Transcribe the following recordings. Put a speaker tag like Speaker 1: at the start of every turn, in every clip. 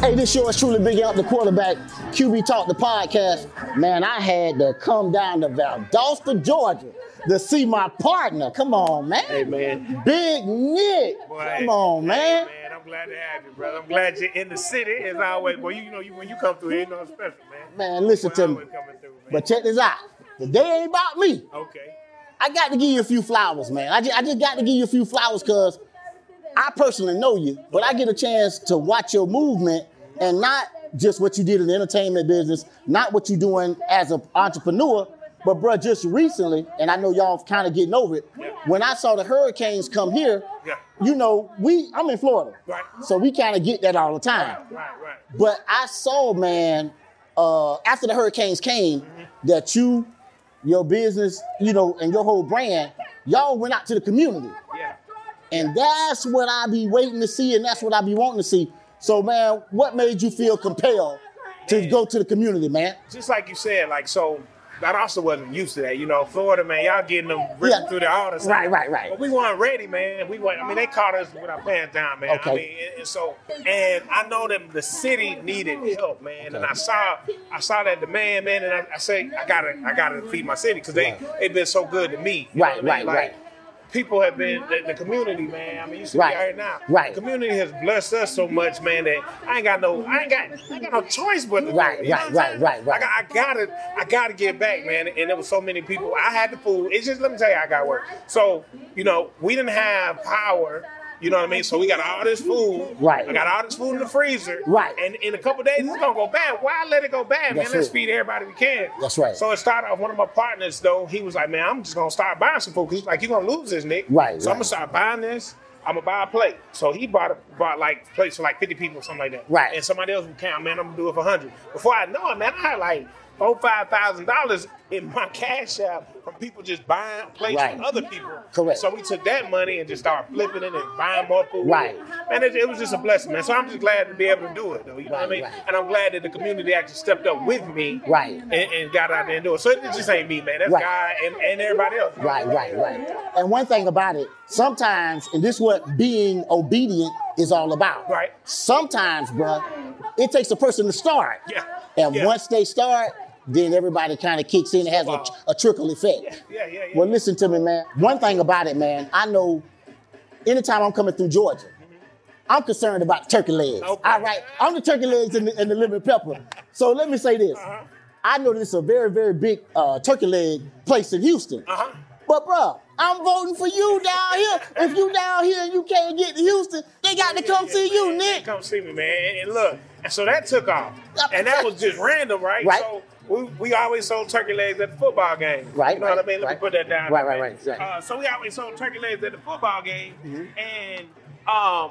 Speaker 1: Hey, this show is truly big out the quarterback. QB Talk the podcast. Man, I had to come down to Valdosta, Georgia, to see my partner. Come on, man.
Speaker 2: Hey, man.
Speaker 1: Big Nick.
Speaker 2: Boy, hey,
Speaker 1: come on,
Speaker 2: hey,
Speaker 1: man.
Speaker 2: man, I'm glad to have you, brother. I'm glad you're in the city as always. Boy, you, you know, you, when you come through here, you know it's special, man.
Speaker 1: Man, listen
Speaker 2: Boy,
Speaker 1: to
Speaker 2: I
Speaker 1: me.
Speaker 2: always coming through, man.
Speaker 1: But check this out. The day ain't about me.
Speaker 2: okay.
Speaker 1: I got to give you a few flowers, man. I just, I just got to give you a few flowers because I personally know you, but I get a chance to watch your movement and not just what you did in the entertainment business, not what you're doing as an entrepreneur, but bro, just recently, and I know y'all kind of getting over it.
Speaker 2: Yeah.
Speaker 1: When I saw the hurricanes come here,
Speaker 2: Yeah.
Speaker 1: you know, we I'm in Florida,
Speaker 2: Right.
Speaker 1: so we kind of get that all the time.
Speaker 2: Right, right.
Speaker 1: But I saw, man, uh, after the hurricanes came, that you, your business, you know, and your whole brand, y'all went out to the community.
Speaker 2: Yeah.
Speaker 1: And that's what I be waiting to see, and that's what I be wanting to see. So, man, what made you feel compelled to go to the community, man?
Speaker 2: Just like you said, like, so. I also wasn't used to that, you know. Florida, man, y'all getting them ripping
Speaker 1: Yeah.
Speaker 2: through the all the time.
Speaker 1: Right, right, right.
Speaker 2: But we weren't ready, man. We weren't. I mean, they caught us with our pants down, man.
Speaker 1: Okay.
Speaker 2: I mean, and, and so, and I know that the city needed help, man. And I saw, I saw that demand, man. And I, I said, I gotta, I gotta feed my city because they, they've been so good to me. You know
Speaker 1: Right,
Speaker 2: what I
Speaker 1: right,
Speaker 2: mean? Like,
Speaker 1: right.
Speaker 2: People have been the, the community, man. I mean, you see
Speaker 1: Right,
Speaker 2: me out here now.
Speaker 1: right.
Speaker 2: The community has blessed us so much, man. That I ain't got no, I ain't got, I ain't got no choice but to do it,
Speaker 1: Right,
Speaker 2: you know
Speaker 1: right,
Speaker 2: what I'm
Speaker 1: right,
Speaker 2: saying?
Speaker 1: right, right.
Speaker 2: I got, I gotta, I gotta get back, man. And there was so many people. I had the food. It's just let me tell you, I got work. So you know, we didn't have power. You know what I mean? So we got all this food.
Speaker 1: Right.
Speaker 2: I got all this food in the freezer.
Speaker 1: Right.
Speaker 2: And in a couple days, it's gonna go bad. Why let it go bad,
Speaker 1: That's
Speaker 2: man? Let's
Speaker 1: it.
Speaker 2: feed everybody we can.
Speaker 1: That's right.
Speaker 2: So it started off. One of my partners, though, he was like, "Man, I'm just gonna start buying some food." 'Cause He's like, "You're gonna lose this, Nick."
Speaker 1: Right,
Speaker 2: So I'm
Speaker 1: right.
Speaker 2: gonna start buying this. I'm gonna buy a plate. So he bought bought like plates for like 50 people, something like that.
Speaker 1: Right.
Speaker 2: And somebody else would count, man, I'm gonna do it for 100. Before I know it, man, I had like four, five thousand dollars in my cash app from people just buying plates
Speaker 1: Right.
Speaker 2: from other people.
Speaker 1: Correct.
Speaker 2: So we took that money and just started flipping it and buying more food.
Speaker 1: Right.
Speaker 2: And it, it was just a blessing, man. So I'm just glad to be able to do it, though. You know what I
Speaker 1: Right,
Speaker 2: mean?
Speaker 1: right.
Speaker 2: And I'm glad that the community actually stepped up with me.
Speaker 1: Right.
Speaker 2: And, and got out there and do it. So it just ain't me, man. That's
Speaker 1: Right.
Speaker 2: God and, and everybody else.
Speaker 1: Right, right, right. And one thing about it, sometimes, and this is what being obedient is all about.
Speaker 2: Right.
Speaker 1: Sometimes, bruh, it takes a person to start.
Speaker 2: Yeah.
Speaker 1: And
Speaker 2: Yeah.
Speaker 1: once they start, then everybody kind of kicks in and has a, a trickle effect.
Speaker 2: Yeah, yeah, yeah.
Speaker 1: Well, listen to me, man. One thing about it, man, I know anytime I'm coming through Georgia, I'm concerned about turkey legs.
Speaker 2: Okay.
Speaker 1: All right. I'm the turkey legs and the, and the lemon pepper. So let me say this.
Speaker 2: Uh-huh.
Speaker 1: I know this is a very, very big uh, turkey leg place in Houston.
Speaker 2: Uh-huh.
Speaker 1: But, bruh, I'm voting for you down here. if you down here and you can't get to Houston, they got to come
Speaker 2: Yeah,
Speaker 1: see you,
Speaker 2: man,
Speaker 1: Nick. Uh,
Speaker 2: Come see me, man. And look, and so that took off, and that was just random, right?
Speaker 1: Right.
Speaker 2: So we, we always sold turkey legs at the football game.
Speaker 1: Right,
Speaker 2: You know what
Speaker 1: right,
Speaker 2: I mean? Let
Speaker 1: right.
Speaker 2: me put that down.
Speaker 1: Right, right, Mm-hmm. right, right.
Speaker 2: Uh, so we always sold turkey legs at the football game, and um,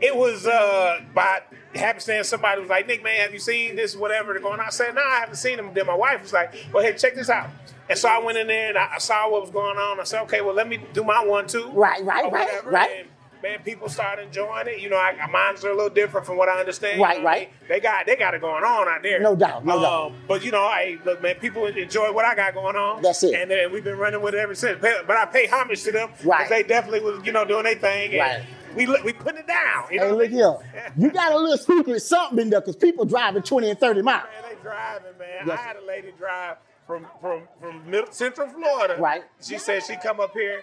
Speaker 2: it was uh by happenstance somebody was like, Nick, man, have you seen this, whatever, they're going on? I said, no, I haven't seen them. Then my wife was like, well, hey, check this out. And so I went in there and I I saw what was going on. I said, okay, well, let me do my one too.
Speaker 1: Right, right,
Speaker 2: or
Speaker 1: right,
Speaker 2: whatever.
Speaker 1: right.
Speaker 2: And, man, people start enjoying it. You know, I, mine's are a little different from what I understand.
Speaker 1: Right,
Speaker 2: You know what I
Speaker 1: right.
Speaker 2: mean? They got they got it going on out there.
Speaker 1: No doubt, no doubt.
Speaker 2: Um, But you know, hey, look, man, people enjoy what I got going on.
Speaker 1: That's it.
Speaker 2: And then we've been running with it ever since. But but I pay homage to them. 'cause
Speaker 1: Right.
Speaker 2: They definitely was, you know, doing their thing. and
Speaker 1: Right.
Speaker 2: We look- we putting it down. You know
Speaker 1: Hey,
Speaker 2: what I
Speaker 1: look
Speaker 2: mean?
Speaker 1: here. You got a little secret something in there because people driving 20 and 30 miles.
Speaker 2: Man, they driving, man.
Speaker 1: Yes.
Speaker 2: I had a lady drive from from from middle, Central Florida.
Speaker 1: Right.
Speaker 2: She said she come up here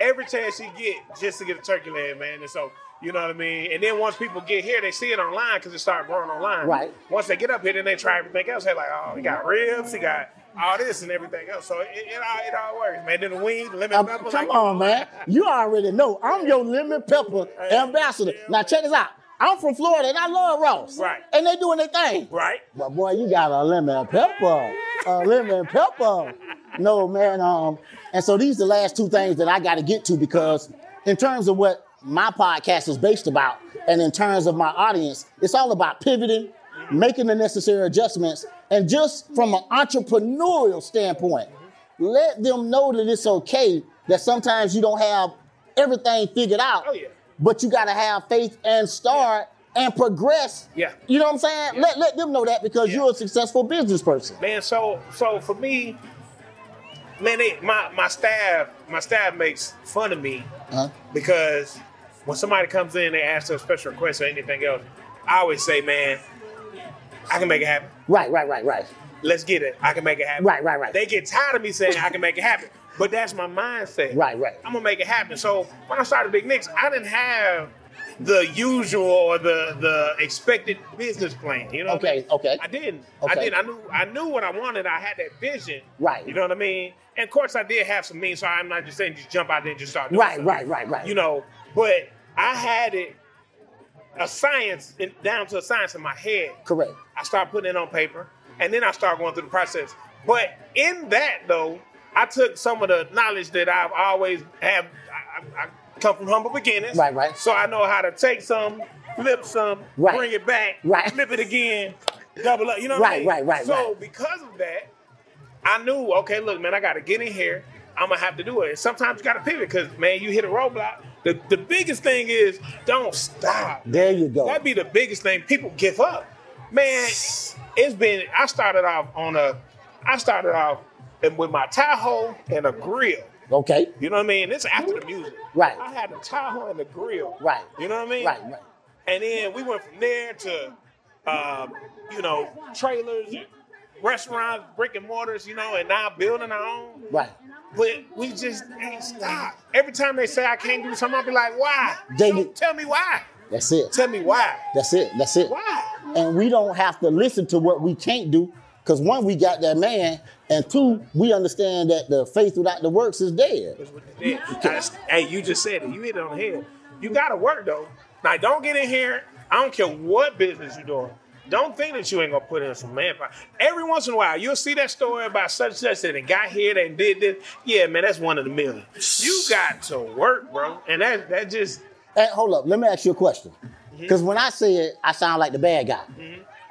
Speaker 2: every chance she get just to get a turkey leg, man. And so you know what I mean. And then once people get here, they see it online because it started growing online.
Speaker 1: Right.
Speaker 2: Once they get up here, then they try everything else. They're like, oh, he got ribs, he got all this and everything else. So it, it all it all works, man. Then the wings, lemon
Speaker 1: Um,
Speaker 2: pepper,
Speaker 1: come
Speaker 2: like-
Speaker 1: on, man. You already know. I'm your lemon pepper
Speaker 2: Hey,
Speaker 1: ambassador.
Speaker 2: yeah,
Speaker 1: Now
Speaker 2: man.
Speaker 1: check this out. I'm from Florida and I love Ross.
Speaker 2: Right.
Speaker 1: And they doing their thing.
Speaker 2: Right.
Speaker 1: But boy, you got a lemon pepper. A lemon pepper. No, man. Um, and so these the last two things that I gotta get to because in terms of what my podcast is based about, and in terms of my audience, it's all about pivoting, making the necessary adjustments, and just from an entrepreneurial standpoint, let them know that it's okay that sometimes you don't have everything figured out.
Speaker 2: Oh, yeah.
Speaker 1: But you gotta have faith and start and progress.
Speaker 2: Yeah.
Speaker 1: You know what I'm saying? Let let them know that because
Speaker 2: Yeah.
Speaker 1: you're a successful business person.
Speaker 2: man. So so for me, man, they, my my staff my staff makes fun of me
Speaker 1: Huh?
Speaker 2: because when somebody comes in, they ask a special request or anything else. I always say, man, I can make it happen.
Speaker 1: Right, right, right, right.
Speaker 2: Let's get it. I can make it happen.
Speaker 1: Right, right, right.
Speaker 2: They get tired of me saying I can make it happen, but that's my mindset.
Speaker 1: Right, right.
Speaker 2: I'm gonna make it happen. So when I started Big Nicks, I didn't have the usual or the the expected business plan. You know. what I
Speaker 1: Okay,
Speaker 2: mean?
Speaker 1: okay.
Speaker 2: I didn't. I
Speaker 1: Okay.
Speaker 2: didn't. I knew. I knew what I wanted. I had that vision.
Speaker 1: Right.
Speaker 2: You know what I mean? And of course, I did have some means. So I'm not just saying just jump out there and just start. Doing
Speaker 1: Right,
Speaker 2: something.
Speaker 1: right, right, right.
Speaker 2: You know, but I had it a science in- down to a science in my head.
Speaker 1: Correct.
Speaker 2: I start putting it on paper, and then I start going through the process. But in that though, I took some of the knowledge that I've always have. I, I, I come from humble beginnings,
Speaker 1: Right, right.
Speaker 2: So I know how to take some, flip some,
Speaker 1: Right.
Speaker 2: bring it back,
Speaker 1: Right.
Speaker 2: flip it again, double up. You know, what I
Speaker 1: Right,
Speaker 2: mean?
Speaker 1: right, right,
Speaker 2: So
Speaker 1: right.
Speaker 2: because of that, I knew. Okay, look, man, I got to get in here. I'm gonna have to do it. And sometimes you got to pivot because man, you hit a roadblock. The, the biggest thing is don't stop.
Speaker 1: There you go.
Speaker 2: That'd be the biggest thing. People give up. Man, it's been. I started off on a. I started off and with my Tahoe and a grill.
Speaker 1: Okay.
Speaker 2: You know what I mean? This after the music.
Speaker 1: Right.
Speaker 2: I had a Tahoe and a grill.
Speaker 1: Right.
Speaker 2: You know what I mean?
Speaker 1: Right, right.
Speaker 2: And then we went from there to, um, you know, trailers, restaurants, brick and mortars. You know, and now building our own.
Speaker 1: Right.
Speaker 2: But we just ain't stopped. Every time they say I can't do something, I'll be like, why?
Speaker 1: They
Speaker 2: Don't
Speaker 1: did-
Speaker 2: tell me why.
Speaker 1: That's it.
Speaker 2: Tell me why.
Speaker 1: That's it. That's it.
Speaker 2: Why?
Speaker 1: And we don't have to listen to what we can't do because one, we got that man, and two, we understand that the faith without the works is dead.
Speaker 2: That's what they did. That's- hey, you just said it. You hit it on the head. You got to work though. Now, don't get in here. I don't care what business you're doing. Don't think that you ain't gonna put in some manpower. Every once in a while, you'll see that story about such and such that it got here, they did this. Yeah, man, that's one of the million. You got to work, bro, and that that just
Speaker 1: Hey, hold up. Let me ask you a question.
Speaker 2: Mm-hmm.
Speaker 1: Because when I say it, I sound like the bad guy.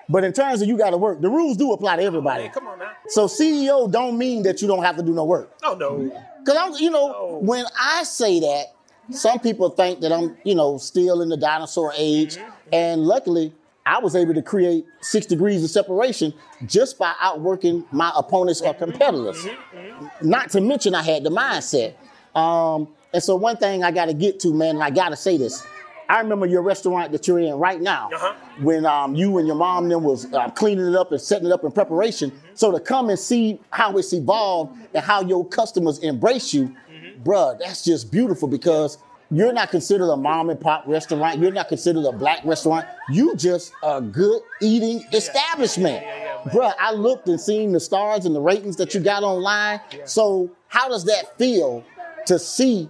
Speaker 1: But in terms of you got to work, the rules do apply to everybody.
Speaker 2: man, Mm-hmm. come on now.
Speaker 1: So CEO don't mean that you don't have to do no work.
Speaker 2: No, no,
Speaker 1: Cause I'm, you know,
Speaker 2: No.
Speaker 1: when I say that, some people think that I'm, you know, still in the dinosaur age.
Speaker 2: Mm-hmm.
Speaker 1: And luckily, I was able to create six degrees of separation just by outworking my opponents or
Speaker 2: Mm-hmm.
Speaker 1: competitors. Not to mention, I had the mindset. Um, and so, one thing I got to get to, man, and I got to say this. I remember your restaurant that you're in right now,
Speaker 2: Uh-huh.
Speaker 1: when um, you and your mom then was uh, cleaning it up and setting it up in preparation. So to come and see how it's evolved and how your customers embrace you,
Speaker 2: Mm-hmm.
Speaker 1: bruh, that's just beautiful because you're not considered a mom and pop restaurant. You're not considered a black restaurant. You just a good eating establishment,
Speaker 2: yeah, yeah, man.
Speaker 1: bruh. I looked and seen the stars and the ratings that you got online. So how does that feel to see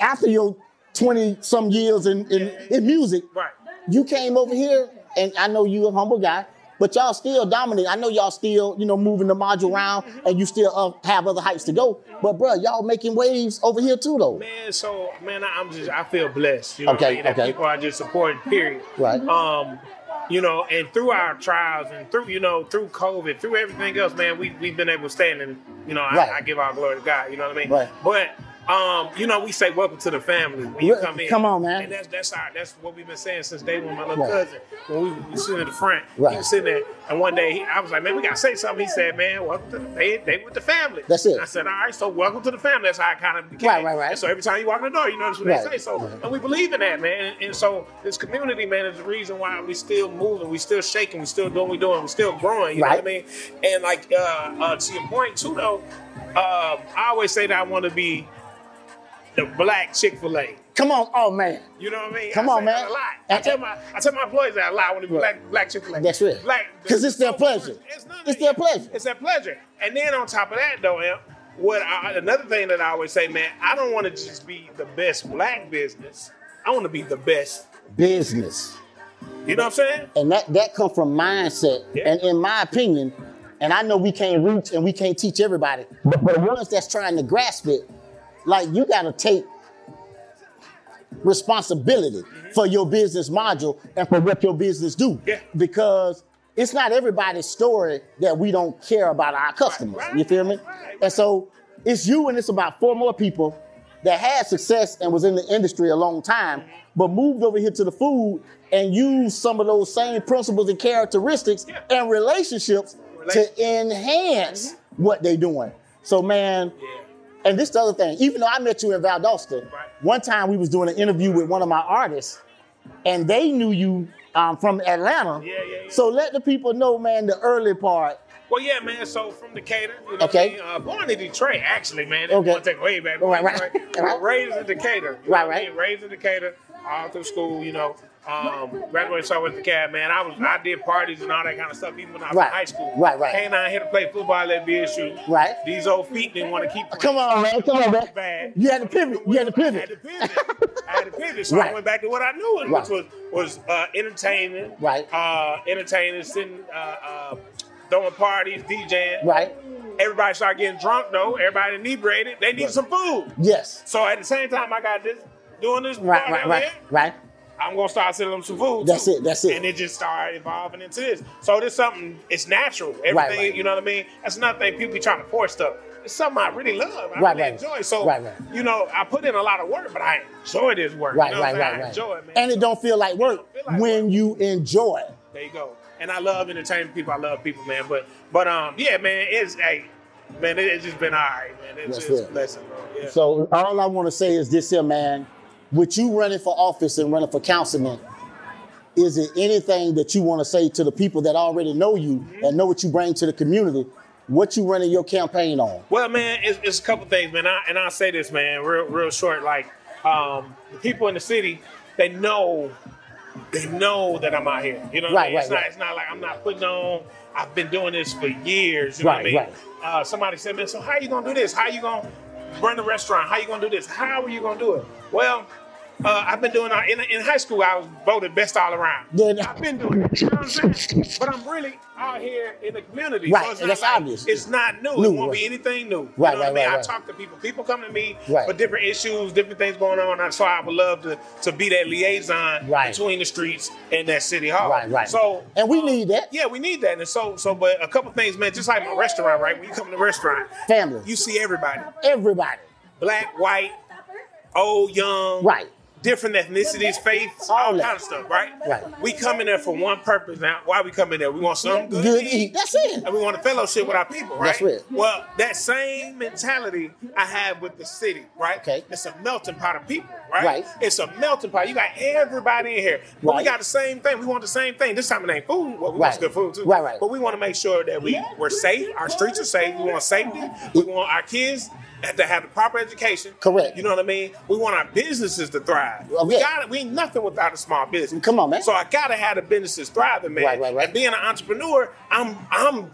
Speaker 1: after your 20 some years in, in, in music,
Speaker 2: Right.
Speaker 1: you came over here, and I know you a humble guy, but y'all still dominate. I know y'all still, you know, moving the module around, and you still uh, have other heights to go. But bruh, y'all making waves over here too, though.
Speaker 2: man. So man, I, I'm just I feel blessed. You know,
Speaker 1: Oh. Okay,
Speaker 2: what I mean? That
Speaker 1: okay.
Speaker 2: people are just supporting. Period.
Speaker 1: Right.
Speaker 2: Um, you know, and through our trials and through you know through COVID, through everything else, man, we we've been able to stand and you know
Speaker 1: Right.
Speaker 2: I, I give our glory to God. You know what I mean?
Speaker 1: Right.
Speaker 2: But um, you know, we say welcome to the family when you
Speaker 1: Re-
Speaker 2: come in.
Speaker 1: come on, man.
Speaker 2: And that's that's our that's what we've been saying since day one. My little
Speaker 1: Right.
Speaker 2: cousin, when we, we sitting at the front,
Speaker 1: Right.
Speaker 2: he was sitting there, and one day he, I was like, man, we gotta say something. He said, man, welcome to the, they they with the family.
Speaker 1: That's it.
Speaker 2: And I said, all right, so welcome to the family. That's how I kind of became.
Speaker 1: Right, right, right.
Speaker 2: And so every time you walk in the door, you notice what
Speaker 1: Right. Uh-huh.
Speaker 2: they say. So,
Speaker 1: Right.
Speaker 2: and we believe in that, man. And, and so this community, man, is the reason why we still moving, we still shaking, we still doing, what we doing, we still growing. You know what I mean? And like uh, uh, to your point too, though, uh, I always say that I want to be the black Chick Fil A.
Speaker 1: Come on, oh man,
Speaker 2: You know what I mean?
Speaker 1: Come
Speaker 2: I
Speaker 1: on,
Speaker 2: say
Speaker 1: man.
Speaker 2: that A lot.
Speaker 1: I-
Speaker 2: I tell my I tell my employees that a lot. I want to be
Speaker 1: Right.
Speaker 2: black black Chick Fil A.
Speaker 1: That's right.
Speaker 2: Black
Speaker 1: 'Cause it's their pleasure.
Speaker 2: It's, none of
Speaker 1: It's
Speaker 2: it.
Speaker 1: their pleasure.
Speaker 2: It's their pleasure. And then on top of that, though, Em, what I, another thing that I always say, man, I don't want to just be the best black business. I want to be the best.
Speaker 1: business,
Speaker 2: You know what I'm saying?
Speaker 1: and that that come from mindset.
Speaker 2: Yeah.
Speaker 1: And in my opinion, and I know we can't reach and we can't teach everybody, but for the ones that's trying to grasp it, like you got to take responsibility for your business module and for what your business do.
Speaker 2: Mm-hmm. Yeah.
Speaker 1: Because it's not everybody's story that we don't care about our customers.
Speaker 2: Right,
Speaker 1: you feel me?
Speaker 2: right, right.
Speaker 1: And so it's you and it's about four more people that had success and was in the industry a long time, but moved over here to the food and used some of those same principles and characteristics
Speaker 2: Yeah.
Speaker 1: and relationships
Speaker 2: Relation-
Speaker 1: to enhance what they're doing. So man,
Speaker 2: Mm-hmm. Yeah.
Speaker 1: and this is the other thing, even though I met you in Valdosta,
Speaker 2: Right.
Speaker 1: one time we was doing an interview with one of my artists, and they knew you um, from Atlanta.
Speaker 2: Yeah, yeah, yeah.
Speaker 1: So let the people know, man, the early part.
Speaker 2: Well, yeah, man. So from Decatur, you know
Speaker 1: Okay.
Speaker 2: what I mean? uh, born in Detroit, actually, man. That's
Speaker 1: Okay.
Speaker 2: one thing way back.
Speaker 1: Right, right.
Speaker 2: Detroit. Well, Raised in Decatur. you know
Speaker 1: Right,
Speaker 2: what I
Speaker 1: right.
Speaker 2: mean? Raised in Decator, all through school, you know. Um, graduated so with the cab, man. I was I did parties and all that kind of stuff even when I was
Speaker 1: Right.
Speaker 2: in high school.
Speaker 1: Right, right.
Speaker 2: Came down here to play football at BSU.
Speaker 1: Right.
Speaker 2: These old feet didn't want to keep playing.
Speaker 1: Come on, man. Come on, man.
Speaker 2: Bad.
Speaker 1: You had to pivot. You had to
Speaker 2: I had to
Speaker 1: pivot.
Speaker 2: pivot. I had to pivot. So
Speaker 1: Right.
Speaker 2: I went back to what I knew, and
Speaker 1: Right.
Speaker 2: which was was uh, entertaining,
Speaker 1: Right.
Speaker 2: Uh, entertaining, sitting, uh, uh, throwing parties, DJing.
Speaker 1: Right.
Speaker 2: Everybody started getting drunk though. Everybody inebriated. They need
Speaker 1: Right.
Speaker 2: some food.
Speaker 1: Yes.
Speaker 2: So at the same time, I got this doing this
Speaker 1: Right.
Speaker 2: party
Speaker 1: Right.
Speaker 2: over
Speaker 1: Right.
Speaker 2: here,
Speaker 1: Right.
Speaker 2: I'm gonna start selling them some food.
Speaker 1: That's
Speaker 2: too.
Speaker 1: it, that's it.
Speaker 2: And it just started evolving into this. So there's something. It's natural. Everything.
Speaker 1: right.
Speaker 2: You know what I mean? That's another thing. People be trying to force stuff. It's something I really love. I
Speaker 1: Right,
Speaker 2: really
Speaker 1: right.
Speaker 2: enjoy. So
Speaker 1: Right, right.
Speaker 2: you know, I put in a lot of work, but I enjoy this work.
Speaker 1: Right.
Speaker 2: You know what
Speaker 1: Right.
Speaker 2: I'm saying?
Speaker 1: Right.
Speaker 2: I
Speaker 1: Right.
Speaker 2: enjoy it, man.
Speaker 1: And it don't feel like work
Speaker 2: feel like
Speaker 1: when you enjoy. it.
Speaker 2: there you go. And I love entertaining people. I love people, man. But but um, yeah, man. It's hey, man. It, it's just been all right, man. It's
Speaker 1: That's
Speaker 2: just
Speaker 1: it.
Speaker 2: a blessing, bro. Yeah.
Speaker 1: So all I want to say is this here, man. With you running for office and running for councilman, is it anything that you want to say to the people that already know you and know what you bring to the community? What you running your campaign on?
Speaker 2: Well, man, it's, it's a couple things, man. I, and I'll say this, man, real real short. Like um, the people in the city, they know, they know that I'm out here. You know, what I
Speaker 1: Right,
Speaker 2: mean?
Speaker 1: right,
Speaker 2: it's not
Speaker 1: right.
Speaker 2: it's not like I'm not putting on. I've been doing this for years. You
Speaker 1: Right,
Speaker 2: know what I
Speaker 1: right.
Speaker 2: mean? Uh, somebody said, man, so how you gonna do this? How you gonna run the restaurant? How you gonna do this? How are you gonna do it? Well. Uh, I've been doing in, in high school. I was voted best all around.
Speaker 1: Then-
Speaker 2: I've been doing it, you know what I'm saying? but I'm really out here in the community.
Speaker 1: Right,
Speaker 2: so it's
Speaker 1: and
Speaker 2: not
Speaker 1: that's
Speaker 2: like-
Speaker 1: obvious.
Speaker 2: It's not new.
Speaker 1: New,
Speaker 2: it won't
Speaker 1: right.
Speaker 2: be anything new.
Speaker 1: Right,
Speaker 2: you know what
Speaker 1: right,
Speaker 2: I mean?
Speaker 1: right,
Speaker 2: I
Speaker 1: right.
Speaker 2: talk to people. People come to me
Speaker 1: Right.
Speaker 2: for different issues, different things going on. And so I would love to, to be that liaison
Speaker 1: Right.
Speaker 2: between the streets and that city hall.
Speaker 1: Right, right.
Speaker 2: So
Speaker 1: And we
Speaker 2: um,
Speaker 1: need that.
Speaker 2: Yeah, we need that. And so so but a couple things, man, just like my restaurant, right? When you come to the restaurant,
Speaker 1: Family,
Speaker 2: you see everybody.
Speaker 1: everybody,
Speaker 2: Black, white, old, young,
Speaker 1: right?
Speaker 2: different ethnicities, faiths,
Speaker 1: All
Speaker 2: all,
Speaker 1: that.
Speaker 2: kind of stuff, right?
Speaker 1: Right.
Speaker 2: We come in there for one purpose now. Why we come in there? We want something good.
Speaker 1: Good
Speaker 2: to
Speaker 1: eat. That's it.
Speaker 2: and we want to fellowship with our people, right?
Speaker 1: That's right.
Speaker 2: Well, that same mentality I have with the city, right?
Speaker 1: Okay.
Speaker 2: It's a melting pot of people, right?
Speaker 1: Right.
Speaker 2: It's a melting pot. You got everybody in here. But
Speaker 1: Right.
Speaker 2: we got the same thing. We want the same thing. This time it ain't food. Well,
Speaker 1: Right.
Speaker 2: we want some good food too.
Speaker 1: Right, right.
Speaker 2: But we want to make sure that we, we're safe, our streets are safe, we want safety, we want our kids to have the proper education.
Speaker 1: Correct.
Speaker 2: You know what I mean? We want our businesses to thrive.
Speaker 1: Oh,
Speaker 2: We
Speaker 1: yeah.
Speaker 2: got it. We ain't nothing without a small business.
Speaker 1: Come on, man.
Speaker 2: So I gotta have the businesses thriving, man.
Speaker 1: Right, right, right.
Speaker 2: And being an entrepreneur, I'm I'm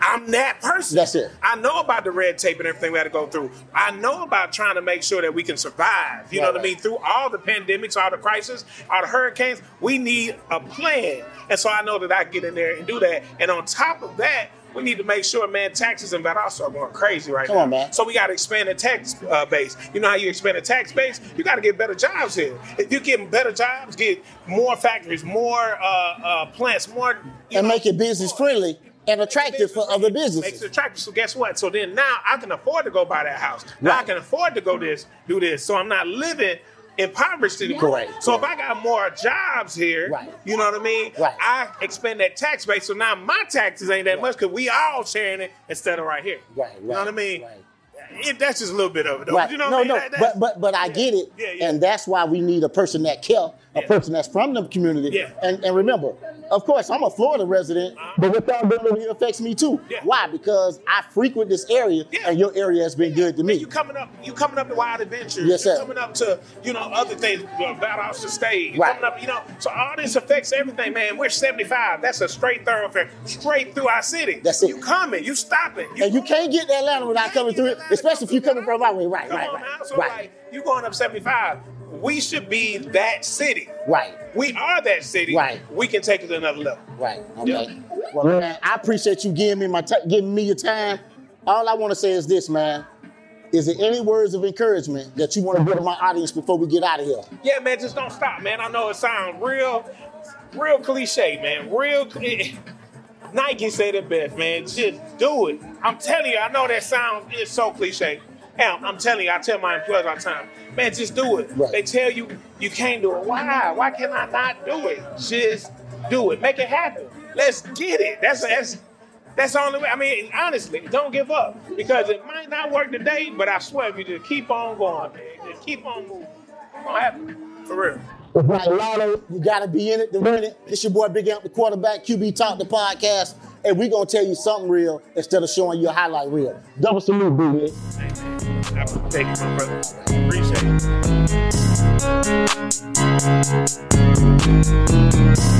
Speaker 2: I'm that person.
Speaker 1: That's it.
Speaker 2: I know about the red tape and everything we had to go through. I know about trying to make sure that we can survive. You
Speaker 1: Right,
Speaker 2: know what
Speaker 1: right.
Speaker 2: I mean? Through all the pandemics, all the crises, all the hurricanes, we need a plan. And so I know that I get in there and do that. And on top of that, we need to make sure, man, taxes and that also are going crazy right
Speaker 1: Come
Speaker 2: now.
Speaker 1: on, man.
Speaker 2: So we got to expand the tax uh, base. You know how you expand the tax base? You got to get better jobs here. If you get better jobs, get more factories, more uh, uh, plants, more. you
Speaker 1: And
Speaker 2: know,
Speaker 1: make it business friendly and attractive for other
Speaker 2: Makes it
Speaker 1: businesses.
Speaker 2: attractive. So guess what? So then now I can afford to go buy that house. Now I
Speaker 1: Right.
Speaker 2: can afford to go this, do this. So I'm not living impoverished anymore.
Speaker 1: Correct.
Speaker 2: So if I got more jobs here,
Speaker 1: Right.
Speaker 2: you know what I mean?
Speaker 1: Right.
Speaker 2: I expand that tax base. So now my taxes ain't that much because we all sharing it instead of right here.
Speaker 1: Right,
Speaker 2: You know
Speaker 1: right,
Speaker 2: what I mean?
Speaker 1: right.
Speaker 2: It, that's just a little bit of it, though.
Speaker 1: Right.
Speaker 2: You know what
Speaker 1: no,
Speaker 2: I mean?
Speaker 1: no,
Speaker 2: That- that's-
Speaker 1: but but but I get it,
Speaker 2: Yeah, yeah.
Speaker 1: and that's why we need a person that care, a
Speaker 2: Yeah.
Speaker 1: person that's from the community.
Speaker 2: Yeah. Uh-huh.
Speaker 1: And and remember, of course, I'm a Florida resident, but what y'all doing over here affects me too.
Speaker 2: Yeah.
Speaker 1: Why? Because I frequent this area,
Speaker 2: Yeah.
Speaker 1: and your area has been good to me.
Speaker 2: You coming up, you coming up to Wild Adventures.
Speaker 1: Yes,
Speaker 2: you
Speaker 1: sir.
Speaker 2: coming up to, you know, other things, uh, Bad Off the Stage. you
Speaker 1: Right.
Speaker 2: coming up, you know, so all this affects everything, man. We're 75. That's a straight thoroughfare, straight through our city.
Speaker 1: That's it.
Speaker 2: You coming, you stopping.
Speaker 1: and you can't get to Atlanta without coming through it, especially if you're coming from my way. Right,
Speaker 2: Come
Speaker 1: right,
Speaker 2: on,
Speaker 1: right,
Speaker 2: man. So,
Speaker 1: right,
Speaker 2: like, you going up 75. We should be that city.
Speaker 1: right,
Speaker 2: We are that city.
Speaker 1: Right.
Speaker 2: We can take it to another level.
Speaker 1: right. Okay. Well, man, I appreciate you giving me my ti giving me your time. All I want to say is this, man. Is there any words of encouragement that you want to give to my audience before we get out of here?
Speaker 2: Yeah, man, just don't stop, man. I know it sounds real, real cliche, man. Real. cli- Nike said it best, man. Just do it. I'm telling you, I know that sounds is so cliche. Hell, I'm telling you, I tell my employees all the time, man, just do it.
Speaker 1: Right.
Speaker 2: They tell you you can't do it. Why? Why can I not do it? Just do it. Make it happen. Let's get it. That's that's That's the only way. I mean, honestly, don't give up because it might not work today, but I swear if you just keep on going, man, just keep on moving, it's gonna happen for real.
Speaker 1: Right, Lotto, you gotta be in it to win it. It's your boy Big Amp, the quarterback, QB Talk, the podcast, and we gonna tell you something real instead of showing you a highlight reel. Double salute, boo.
Speaker 2: Hey, man, I appreciate you, my brother. Appreciate it.